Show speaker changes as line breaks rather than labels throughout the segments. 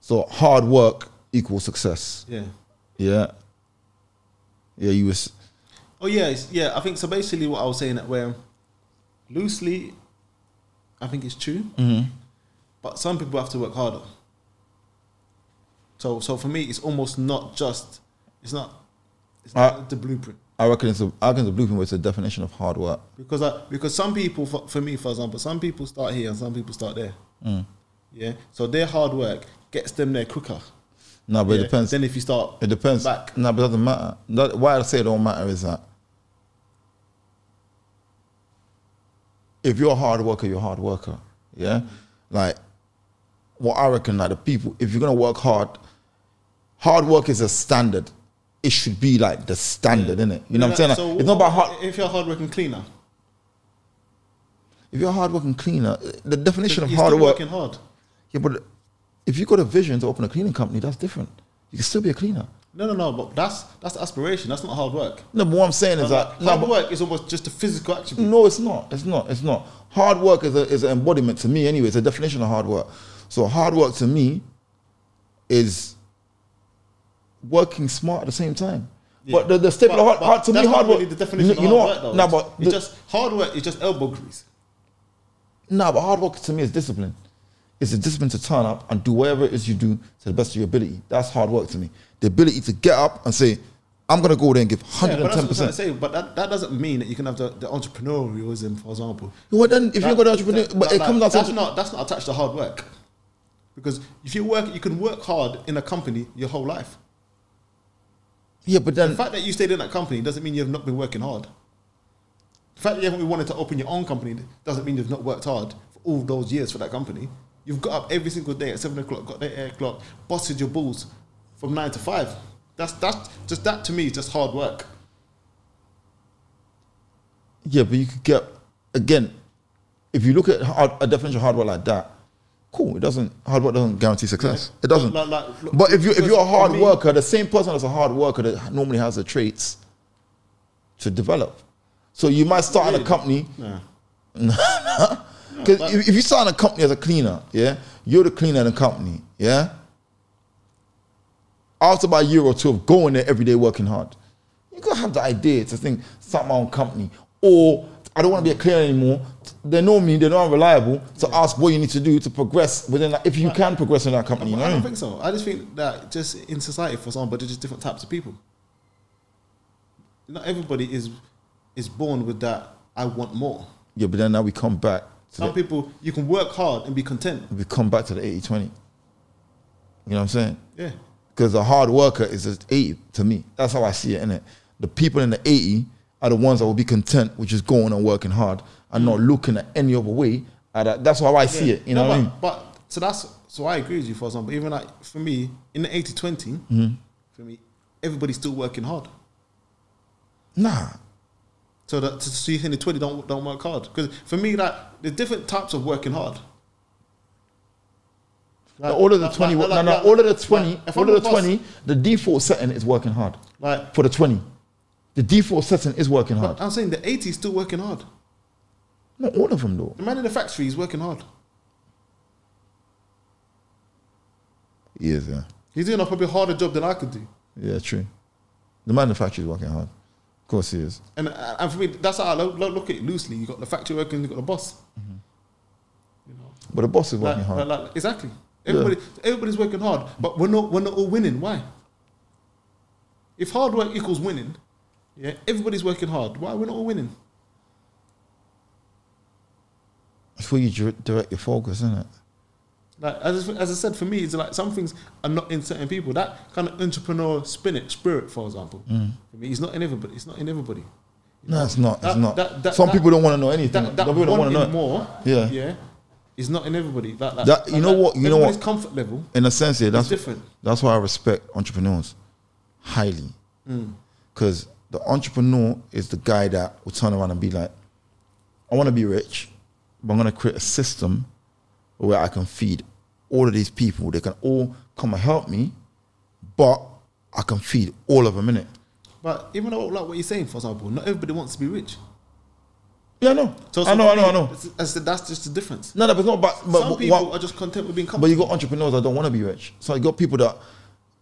So hard work equals success.
Yeah.
Yeah. Yeah, you was
Oh yeah, it's, yeah. I think so. Basically, what I was saying that where loosely, I think it's true,
Mm-hmm.
but some people have to work harder. So, so for me, it's almost not just. It's not. It's not
Uh,
the blueprint
I reckon it's a I reckon the blueprint was the definition of hard work.
because I because some people for, for me, for example, some people start here and some people start there.
Mm.
Yeah. So their hard work gets them there quicker.
No, but
yeah,
it depends.
Then if you start,
It depends.
Back.
No, but it doesn't matter. That, why I say it don't matter is that if you're a hard worker, you're a hard worker. Yeah? Like, what I reckon, like the people, if you're going to work hard, hard work is a standard. It should be like the standard, innit? You know what I'm saying? Like,
So
it's not about hard.
If you're hardworking cleaner,
If you're a hard working cleaner, the definition of
you're
hard
still
work.
working hard.
Yeah, but if you got a vision to open a cleaning company, that's different. You can still be a cleaner.
No, no, no. But that's that's aspiration. That's not hard work.
No, but what I'm saying is that.
Like,
no,
hard
but- Mm,
work is almost just a physical attribute.
No, it's not. It's not. It's not. Hard work is, a, is an embodiment to me, anyway. It's a definition of hard work. So, hard work to me is working smart at the same time. But the, the staple of hard,
but
hard to me,
that's not
hard work.
really the definition
you
of
know
hard
what?
work,
Nah,
though.
but
it's
the-
just hard work is just elbow grease.
No, but hard work to me is discipline. It's a discipline to turn up and do whatever it is you do to the best of your ability. That's hard work to me. The ability to get up and say, I'm going to go there and give
Yeah, but that's what I'm
110%.
trying to say. But that, that doesn't mean that you can have the, the entrepreneurialism, for example.
well, then, if you're going to entrepreneur,
That-
but
that-
it comes
like,
down
that's
to.
not that's not attached to hard work, because if you work, you can work hard in a company your whole life.
Yeah, but
The
then.
fact that you stayed in that company doesn't mean you have not been working hard. The fact that you haven't wanted to open your own company doesn't mean you've not worked hard for all those years for that company. You've got up every single day at seven o'clock, got there at eight o'clock, busted your balls from nine to five. That's that's just that to me is just hard work.
Yeah, but you could get again. If you look at hard, a definition of hard work like that, cool. It doesn't hard work doesn't guarantee success. It doesn't.
Like- like- look,
but if you if
because
you're a
for
hard
me-
worker, the same person that's a hard worker that normally has the traits to develop. So you might start in a
Really?
company
Nah.
because if, if you start in a company as a cleaner, yeah, you're the cleaner in the company, yeah. After about a year or two of going there every day working hard, you gotta have the idea to think start my own company, or I don't want to be a cleaner anymore. They know me, they know I'm reliable. To ask what you need to do to progress within that, if you can progress in that company, you know
I
what I
don't
mean?
think so. I just think that just in society, for example, there's just different types of people. Not everybody is is born with that. I want more.
Yeah, but then now we come back. To
Some
the,
people you can work hard and be content.
we come back to the 80-20. You know what I'm saying?
Yeah.
Because a hard worker is just 80 to me. That's how I see it, innit? The people in the 80 are the ones that will be content with just going and working hard and not looking at any other way. at that. That's how I see it. You know
No,
what I
but,
mean?
but so that's so I agree with you. For example, even like for me in the 80 20
Mm-hmm.
for me, everybody's still working hard.
Nah.
So that so you think the 20 don't don't work hard because for me like there's different types of working hard. Like-
all of the
like-
20,
like-
no, no,
like-
all of the
like,
20,
if
all
I'm a
of the
boss-
20, the default setting is working hard.
like
For the 20. The default setting is working hard.
I'm saying the 80 is still working hard.
Not all of them, though.
The man in the factory is working hard.
Yeah, yeah.
He's doing a probably harder job than I could do.
Yeah, true. The manufacturer is working hard. Of course he is.
And, uh, and for me, that's how I lo- lo- look at it loosely. You got the factory working, you got the boss. You know,
But the boss is
like-
working hard.
like- like- exactly. Everybody, everybody's working hard, but we're not, we're not all winning. Why? If hard work equals winning, yeah, everybody's working hard. Why we're not all winning?
That's where you dir- direct your focus, isn't it?
Like as, as I said, for me, it's like some things are not in certain people. That kind of entrepreneur spirit, spirit, for example,
Mm.
for me, it's not in everybody. It's not in everybody.
No, it's not. it's
That-
not.
that- that-
Some
that-
people don't want to know anything.
that, that
Some people don't want
wanting
to know.
more,
Yeah.
yeah, is not in everybody. That, that,
That- you know what- you know what-
everybody's comfort level
In a sense, yeah,
is
that's
different.
that's why I respect entrepreneurs highly,
Mm.
because the entrepreneur is the guy that will turn around and be like, "I want to be rich, but I'm going to create a system where I can feed all of these people. They can all come and help me, but I can feed all of them in it.
But even though, like what you're saying, for example, not everybody wants to be rich.
Yeah, I know.
So,
I
so
know, I
for
know, I
me,
know.
it's- I said, that's just the difference.
No, no, but no, but, but
Some
but
people
what-
are just content with being
but
comfortable.
you got entrepreneurs that don't want to be rich. So you got people that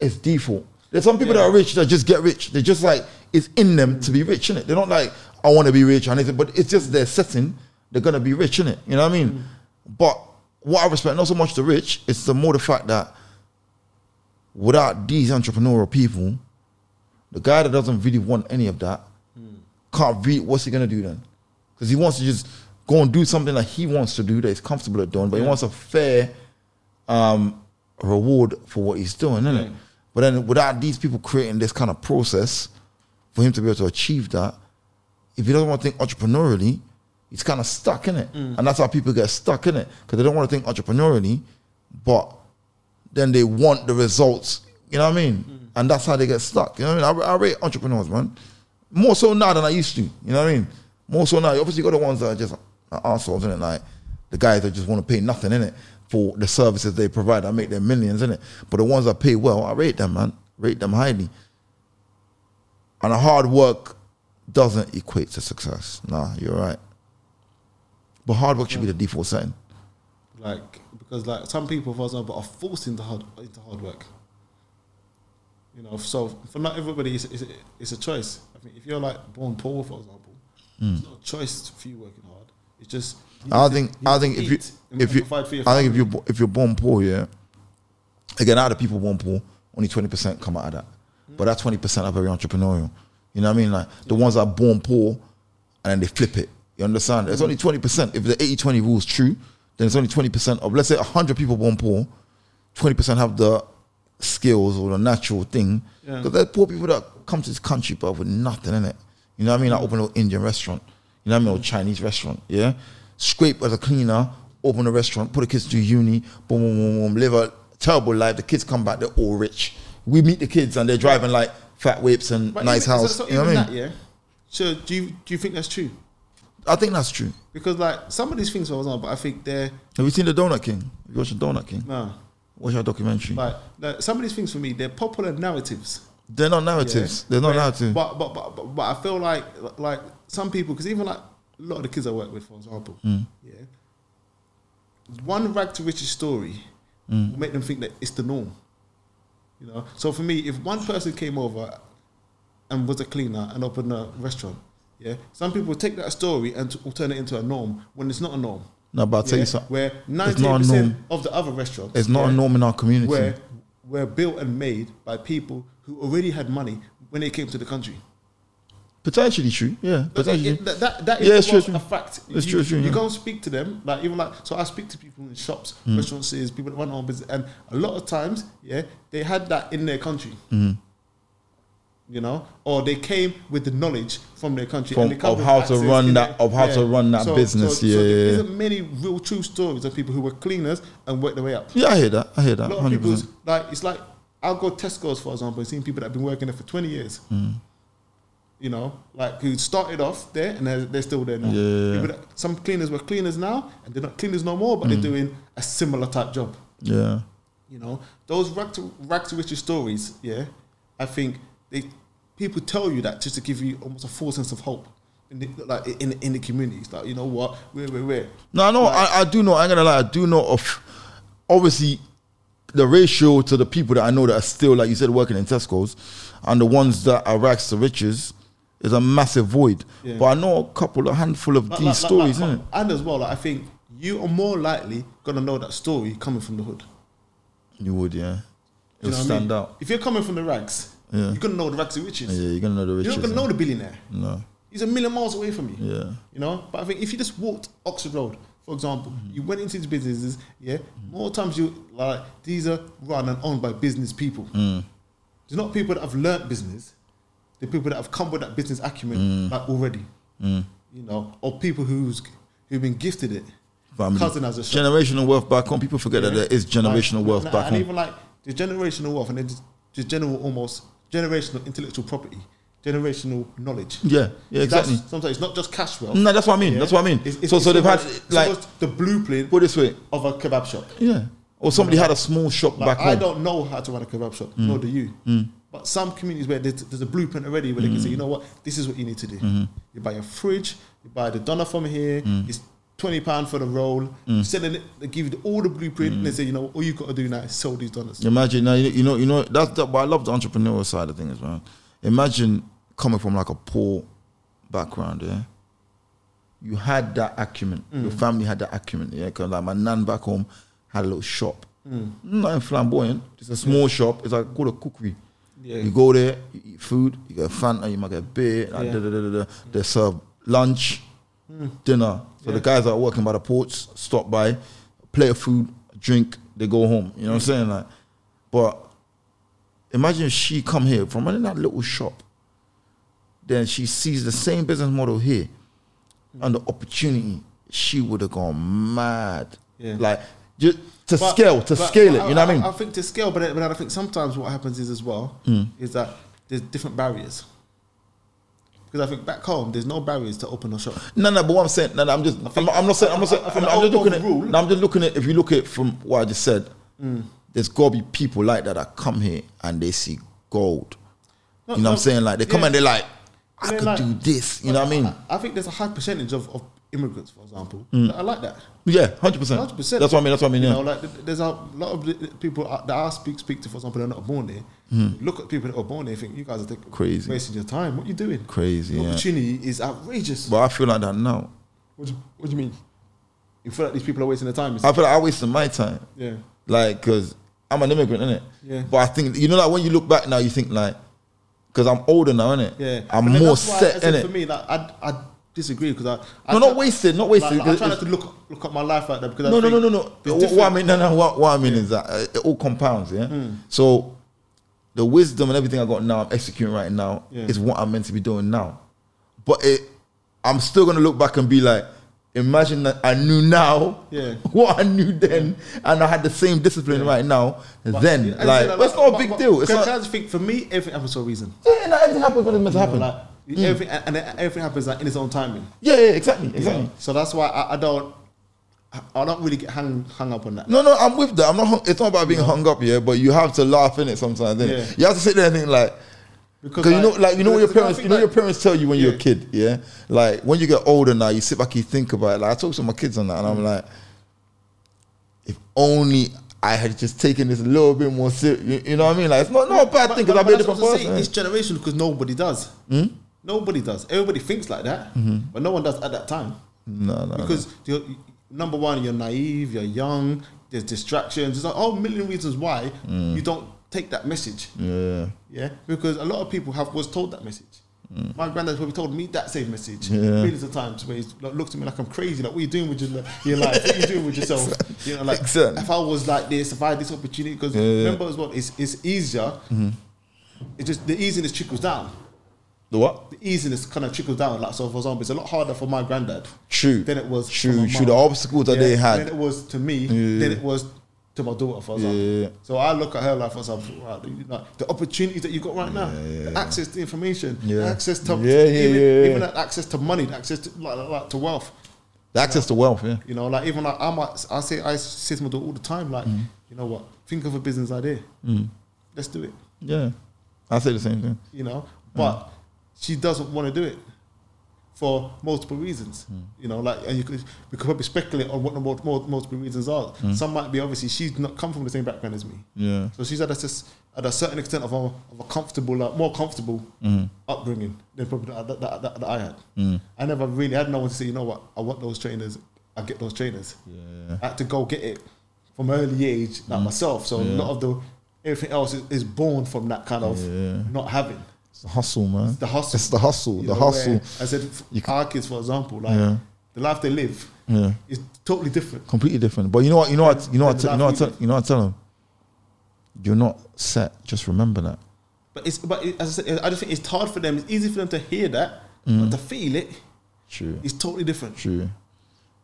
it's default. There's some people that are rich that just get rich. They're just like it's in them to be rich, innit? They're not like I want to be rich or anything, but it's just their setting. They're gonna be rich, innit? You know what I mean? But what I respect not so much the rich, it's the more the fact that without these entrepreneurial people, the guy that doesn't really want any of that can't read what's he gonna do then? Because he wants to just go and do something that he wants to do that he's comfortable at doing, but he wants a fair um, reward for what he's doing, isn't it? But then without these people creating this kind of process for him to be able to achieve that, if he doesn't want to think entrepreneurially, he's kind of stuck in it, and that's how people get stuck in it because they don't want to think entrepreneurially, but then they want the results. You know what I mean? And that's how they get stuck. You know what I mean? I, I rate entrepreneurs, man, more so now than I used to. You know what I mean? More so now. Obviously, you got the ones that are just are assholes, innit? Like the guys that just want to pay nothing, innit, for the services they provide. I make their millions, innit? But the ones that pay well, I rate them, man. Rate them highly. And the hard work doesn't equate to success. Nah, you're right. But hard work should be the default setting.
like because like some people, for example, are forced into hard into hard work. You know, so for not everybody, it's, it's, it's a choice. I mean, if you're like born poor, for example,
Hmm.
it's not a choice for you working hard. It's just you
I
need to-
think
you
I
need
think
to
if you
eat and-
if
and
you
provide for your
I think if
family.
you are if you're born poor, yeah. Again, out of people born poor, only twenty percent come out of that.
Hmm.
But that twenty percent are very entrepreneurial. You know what I mean? Like the ones that are born poor and then they flip it. You understand?
Hmm.
It's only twenty percent. If the 80-20 rule is true, then it's only twenty percent of let's say hundred people born poor, twenty percent have the skills or the natural thing.
Yeah.
Because there's poor people that come to this country but with nothing in it. You know what I mean? Like open an Indian restaurant. You know what I mean? Or Chinese restaurant. Yeah. Scrape as a cleaner, open a restaurant, put the kids to uni, boom, boom, boom, boom, live a terrible life. The kids come back, they're all rich. We meet the kids and they're driving like fat whips and
But
nice
even- so-
house.
so
you know what I mean?
even that, yeah. So do you do you think that's true?
I think that's true.
Because like some of these things, for example, I think they're
Have you seen the Donut King? You watched the Donut King?
no,
Watch our documentary.
like, like some of these things for me, they're popular narratives.
They're not
Yeah.
narratives. They're not
But-
narratives.
But but, but but but I feel like like some people because even like a lot of the kids I work with, for example,
Mm.
yeah, one rag to riches story
Mm.
will make them think that it's the norm. You know, so for me, if one person came over and was a cleaner and opened a restaurant, yeah, some people take that story and t- turn it into a norm when it's not a norm.
No, but I'll tell
yeah?
you something.
Where
not a
ninety percent
norm.
of the other restaurants,
It's not
yeah,
a norm in our community.
were were built and made by people who already had money when they came to the country.
Potentially true, yeah. Potentially.
It- that, that, that is
Yeah, it's true,
what
it's true.
a fact.
It's
you,
true, it's true,
You
yeah.
go and speak to them, like even like so. I speak to people in shops,
Hmm.
restaurants, people that run their own business, and a lot of times, yeah, they had that in their country.
Hmm.
You know, or they came with the knowledge from their country
From-
and they come
of
with
how to
access
run
in
that-
their-
of how to run that business,
So,
yeah,
so
yeah,
there
yeah.
isn't many real true stories of people who were cleaners and worked their way up.
yeah, I hear that. I hear
A
that.
lot of
100%.
people's like it's like I'll go Tesco's for example and seen people that have been working there for twenty years.
Hmm.
You know, like who started off there and they're, they're still there now.
Yeah. Hmm.
People that- some cleaners were cleaners now and they're not cleaners no more, but they're doing a similar type job.
yeah.
You know, those rag to rag to riches stories. Yeah, I think they people tell you that just to give you almost a false sense of hope. In the, like in in the communities, like you know what, we're we're, we're.
No, I know. I, I do know. I'm gonna lie. I do know of obviously the ratio to the people that I know that are still, like you said, working in Tesco's, and the ones that are rags to riches is a massive void.
Yeah.
But I know a couple, a handful of
Like-
these
like- like-
stories,
like-
innit?
and as well, like, I think you are more likely gonna know that story coming from the hood.
You would, yeah. It would
You know what I
stand
mean?
out.
If you're coming from the rags,
Yeah.
you're gonna know the rags to riches.
Yeah, you're gonna know the
You're
riches.
not gonna know the billionaire.
innit? no.
He's a million miles away from you.
Yeah.
You know, but I think if you just walked Oxford Road, for example,
Mm-hmm.
you went into these businesses. Yeah, more times you like these are run and owned by business people.
Mm.
It's not people that have learnt business. They're people that have come with that business
Mm.
acumen like already. You know, or people who's who've been gifted it.
Family.
Cousin has a shop.
Generational wealth back home. People forget
Yeah.
that there is generational
Like,
wealth
and,
back
and
home.
even like the generational wealth and then just the general almost generational intellectual property, generational knowledge.
yeah. Yeah. Exactly.
That's, sometimes it's not just cash wealth.
No, that's what I mean.
yeah?
That's what I mean.
It's- it's-
so, so
it's
they've had
almost- it's
like
almost the blueprint
put it this way,
of a kebab shop.
yeah. Or somebody had a small shop
Like,
back Mm.
I
home.
don't know how to run a kebab shop, nor do you. But some communities where there's, there's a blueprint already where
Mm.
they can say, you know what, this is what you need to do.
Mm-hmm.
You buy a fridge, you buy the doner from here,
Mm.
it's twenty pound for the roll. You send it, they give you all the blueprint,
Mm.
and they say, you know, all you got to do now is sell these donors.
Imagine now, you you know, you know that's that, but I love the entrepreneurial side of things, man. Imagine coming from like a poor background, yeah. You had that acumen.
Mm.
Your family had that acumen, yeah. Because like my nan back home had a little shop,
Mm.
nothing flamboyant. It's a small shop. It's like called a cookery.
Yeah.
You go there, you eat food, you get a Fanta, you might get a beer. Like,
Yeah. Hmm.
da, da, da, da, da. They serve lunch, dinner. So the guys that are working by the ports stop by, plate of food, drink, they go home. You know what I'm saying? Like, but imagine if she come here from running that little shop, then she sees the same business model here and the opportunity, she would have gone mad.
Yeah.
Like just to
But-
scale, to
but
scale it. You know what I mean?
I think to scale, but, but I think sometimes what happens is as well
Mm.
is that there's different barriers. Because I think back home, there's no barriers to open a shop.
No, no, but what I'm saying, no, no, I'm just, I'm, not- I'm not saying, I'm not saying,
I- I
I'm,
think
I'm just
the
looking at,
overall-
no, I'm just looking at, if you look at it from what I just said,
Hmm.
there's got to be people like that that come here and they see gold.
No,
you know what
no,
I'm saying? Like, they come
yeah.
and they're like, I
They're
could
like-
do this. You know what I mean?
I think there's a high percentage of, of immigrants, for example. that I like that.
Yeah, 100%.
100%.
That's what I mean, that's what I mean,
You
yeah.
know, like th- there's a lot of the- the people out- that I speak speak to, for example, they're not born there. Look at people that are born there, think you guys are taking-
Mm. Crazy.
wasting your time. What are you doing?
Crazy,
The
yeah.
opportunity is outrageous.
But I feel like that now.
What do, you- what do you mean? You feel like these people are wasting their time? It's-
I feel like I wasted my time.
yeah.
Like, because I'm an immigrant, innit?
Yeah.
But I think, you know, like when you look back now, you think like, because I'm older now, innit?
Yeah,
I'm
But then
more
that's why,
set,
as in, For
innit?
me, like, I I disagree because I, I
No, not
try-
wasted, not
Like,
wasted.
like, I try
It's-
not to look look at my life like that because
no,
I
no,
think
no, no, no.
there's
What,
different- Hmm.
what I mean, no, no. What, what I mean is that uh, it all compounds. Yeah. So the wisdom and everything I got now, I'm executing right now,
Yeah.
is what I'm meant to be doing now. But it, I'm still gonna look back and be like, imagine that I knew now
Yeah.
what I knew then, and I had the same discipline right now. then,
Yeah, as I
like,
said,
but it's not a
but-
big
but-
deal. It's
can,
not.
can I just think for me, everything happens for a reason.
yeah, like, everything happens when it's meant to happen.
Like
Mm.
everything, and and everything happens like in its own timing.
yeah, yeah, exactly, exactly.
So that's why I, I don't I don't really get hung hung up on that.
No, no, I'm with that. I'm not. Hung, it's not about being hung up, yeah. But you have to laugh in it sometimes. Innit?
Yeah.
You have to sit there and think like, because you know, like you know what your
because I
parents,
think,
you know, your
like,
parents tell you when you're a
Yeah.
kid, yeah. Like when you get older now, you sit back, you think about it. Like I talk to my kids on that,
Mm.
and I'm like, if only I had just taken this a little bit more serious. You, you know what I mean? Like it's not not a bad
But-
thing
but-
because I've
but
been a
that's
different
what I'm saying,
person.
This
innit? Hmm?
generation, because nobody does. Nobody does. Everybody thinks like that,
Mm-hmm.
but no one does at that time.
No, no, no.
because you're, number one, you're naive, you're young, there's distractions, there's a whole million reasons why
Mm.
you don't take that message.
Yeah,
Yeah, because a lot of people have was told that message. My granddad's probably told me that same message
Mm. Yeah.
millions of times where he's like, looked at me like I'm crazy. Like, what are you doing with your, li- your life? What are you doing with yourself? You know, like
Exactly.
if I was like this, if I had this opportunity, because
Yeah, yeah. Mm-hmm.
remember as well, it's it's easier. It just the easiness trickles down.
the what?
The easiness kind of trickles down. Like so, for example, it's a lot harder for my granddad
True.
Then it was for
true.
my
True. The
mom.
obstacles that
yeah,
they had.
Then it was to me.
Yeah.
Then it was to my daughter, for example.
Yeah.
So I look at her life as I'm right, you know, the opportunities that you got right now, the access to information, the
Yeah.
access to
Yeah, yeah,
even,
yeah, yeah.
even that access to money, the access to like, like, like, to wealth.
the access to wealth. Yeah.
You know, like even like I might, I say I say to my daughter all the time, like,
Mm.
you know what? Think of a business idea. Let's do it.
Yeah. I say the same thing.
You know, but she doesn't want to do it for multiple reasons. You know, like and you could we could probably speculate on what the mul- mul- multiple reasons are. Some might be obviously she's not come from the same background as me.
Yeah.
So she's at a, cis- at a certain extent of a, of a comfortable, like, more comfortable upbringing than probably that, that, that, that, that I had. I never really had no one to say, you know what, I want those trainers, I get those trainers.
Yeah.
I had to go get it from early age, like myself. So a lot of the everything else is, is born from that kind of
Yeah.
not having
It's the hustle, man.
the hustle.
It's the hustle.
you
the
know,
hustle.
where I said, f-
You c-
our kids, for example, like
Yeah.
the life they live
Yeah.
is totally different.
Completely different. But you know what? You know what? You know what?
Yeah,
you know what?
but
I tell- You know what? I tell them. You're not set. Just remember that.
But it's but it, as I said, I just think it's hard for them. It's easy for them to hear that,
Mm.
but to feel it,
True.
it's totally different.
True.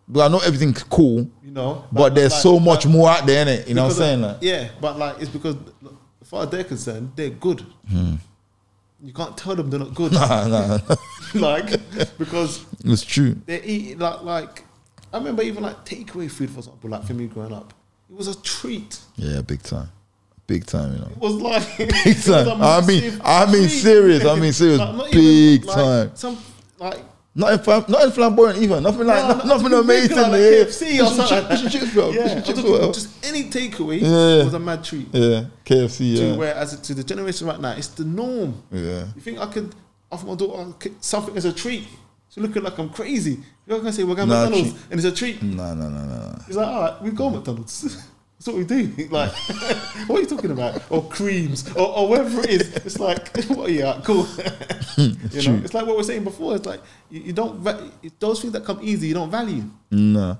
But I know everything's cool,
You know,
but there's
like-
so
like-
much more out there, innit? You know what I'm
because
saying?
of-
Like,
yeah, but like it's because, look, as far as they're concerned, they're good. You can't tell them they're not good,
Hmm. nah, nah.
like because
It's true.
they're eating like like. I remember even like takeaway food, for example, like for me growing up, it was a treat.
Yeah, big time. big time, you know.
was like
Big time. I mean, I mean serious. I mean serious. Big time.
Some like
Not in flam- not in flamboyant either. Nothing like
No, no,
nothing
just
amazing.
big, like
yeah.
KFC or
Fish and
something.
chi- fish and chips, bro.
yeah,
Fish
I'm
and chips,
talking
bro.
just any takeaway
Yeah.
was a mad treat.
Yeah, KFC.
To
Yeah,
where as to the generation right now, it's the norm.
yeah.
You think I could offer my daughter k- something as a treat? She's looking like I'm crazy. You're gonna say we're going to
Nah,
McDonald's
treat.
and it's a treat.
No, no, no, no.
He's like, all right, we go McDonald's. That's what we do. Like, what are you talking about? Or creams, or, or whatever it is. It's like, what are you at? Cool. you know,
True.
it's like what we are saying before. It's like you, you don't va- those things that come easy, you don't value
No.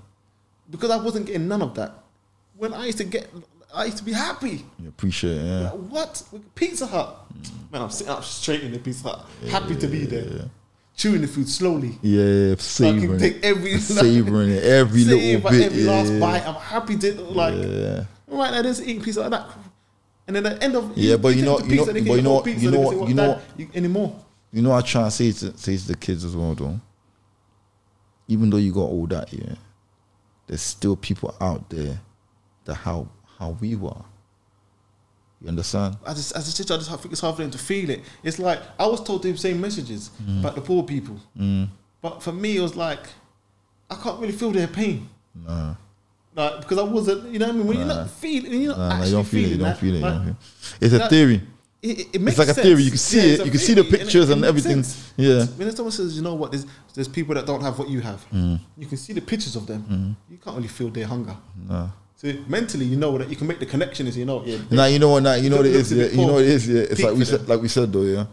because I wasn't getting none of that. When I used to get, I used to be happy.
You appreciate it. Yeah.
Like, what Pizza Hut?
Mm.
Man, I'm sitting up straight in the Pizza Hut, happy to be there, chewing the food slowly.
Yeah, yeah, yeah,
I can
savoring
take
it,
every
savoring it, every
save
little
at
bit.
every
yeah,
last bite. I'm happy to like.
yeah,
All right, I just eat pizza like that. And then at the end of
Yeah, but you
take
know-
the
you know-
pizza, they
but
can
you know
all
what-
pizza,
you
they
know what-
can say, "Well,
you know
Dad,
what-
you- anymore.
You know, I try and say to, say to the kids as well, though. Even though you got all that, yeah, there's still people out there that how how we were. You understand?
I just, as a teacher, I just think it's hard for them to feel it. It's like I was told the same messages
Mm.
about the poor people, but for me, it was like I can't really feel their pain.
No,
Like, because I wasn't, you know what I mean? When you're
Nah.
not feeling, when you're not
no, no
actually
you don't feel
feeling
it. You don't
that,
feel it. You
like,
don't feel it. It's a
that-
theory.
It, it- it makes
like a
sense.
theory. You can see it.
it's a
You can see the
theory, and
pictures
it-
and
it makes
everything.
sense.
Yeah.
When someone says, you know what, there's, there's people that don't have what you have,
Mm.
you can see the pictures of them. You can't really feel their hunger.
No.
So mentally, you know that you can make the connection. Is you know, yeah,
Now you know what? Now you know what it
Looks
is.
a
Yeah,
bit
you know what it is. Yeah, it's
deep
like we
for them.
said. Like we said though. Yeah,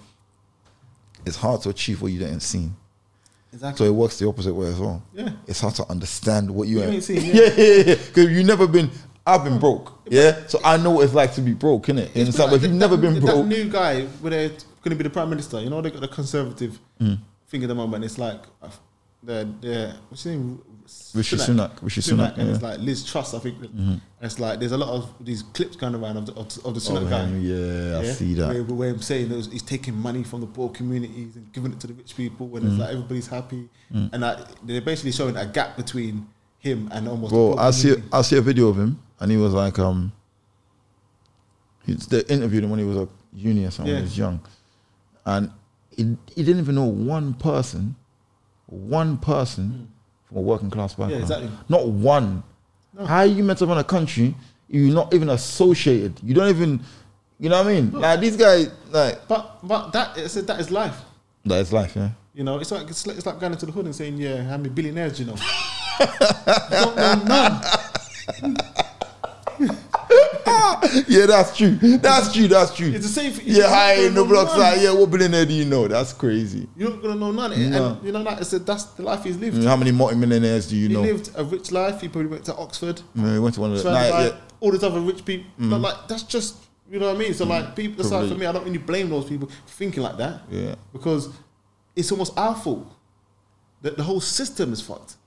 it's hard to achieve what you didn't see. So
exactly.
it works the opposite way as well.
Yeah.
It's hard to understand what you,
You
ain't,
ain't seen,
yeah, yeah, yeah. Because you've never been. I've been broke. Yeah. So I know what it's like to be broke, innit? You understand? But if
That-
you've never
that-
been
That
broke,
new guy, where they're going to be the prime minister, you know, they got the conservative
Mm.
thing at the moment. It's like uh, the the what's his name,
Rishi Sunak, Rishi Sunak,
and it's
yeah. Mm-hmm.
like Liz Truss. I think and it's like there's a lot of these clips going around of the, of, the- of the
oh,
Sunak guy.
him, yeah, I
yeah,
see that.
Where, where I'm saying is he's taking money from the poor communities and giving it to the rich people, and
Mm.
it's like everybody's happy, and I, they're basically showing a gap between him and almost. the
Bro,
poor
I see.
community.
I see a video of him, and he was like, um, he's, they interviewed him when he was a uni or something.
Yeah.
When he was young, and he, he didn't even know one person, one person from a working class background.
exactly.
Not one. How you met up in a country you're not even associated? You don't even, you know what I mean? Like these guys, like
But but that it's, that is life.
that is life, yeah.
You know, it's like it's like, it's like going into the hood and saying, "Yeah, how many billionaires do you know?" you don't know none.
yeah, that's true. That's true. That's true.
It's the same. thing.
yeah, hi in the block
None.
side. Yeah, what billionaire do you know? That's crazy.
You're not gonna know none.
No.
And you know that it's a, that's the life he's lived.
Mm, How many multimillionaires do you
He
know?
lived a rich life. He probably went to Oxford.
Mm, we went to one of the.
surrounded
Nah,
by
yeah. Mm.
all these other rich people. But like that's just you know what I mean. So like people. That's why for
Privilege.
me, I don't really blame those people for thinking like that
Yeah.
because it's almost our fault that the whole system is fucked.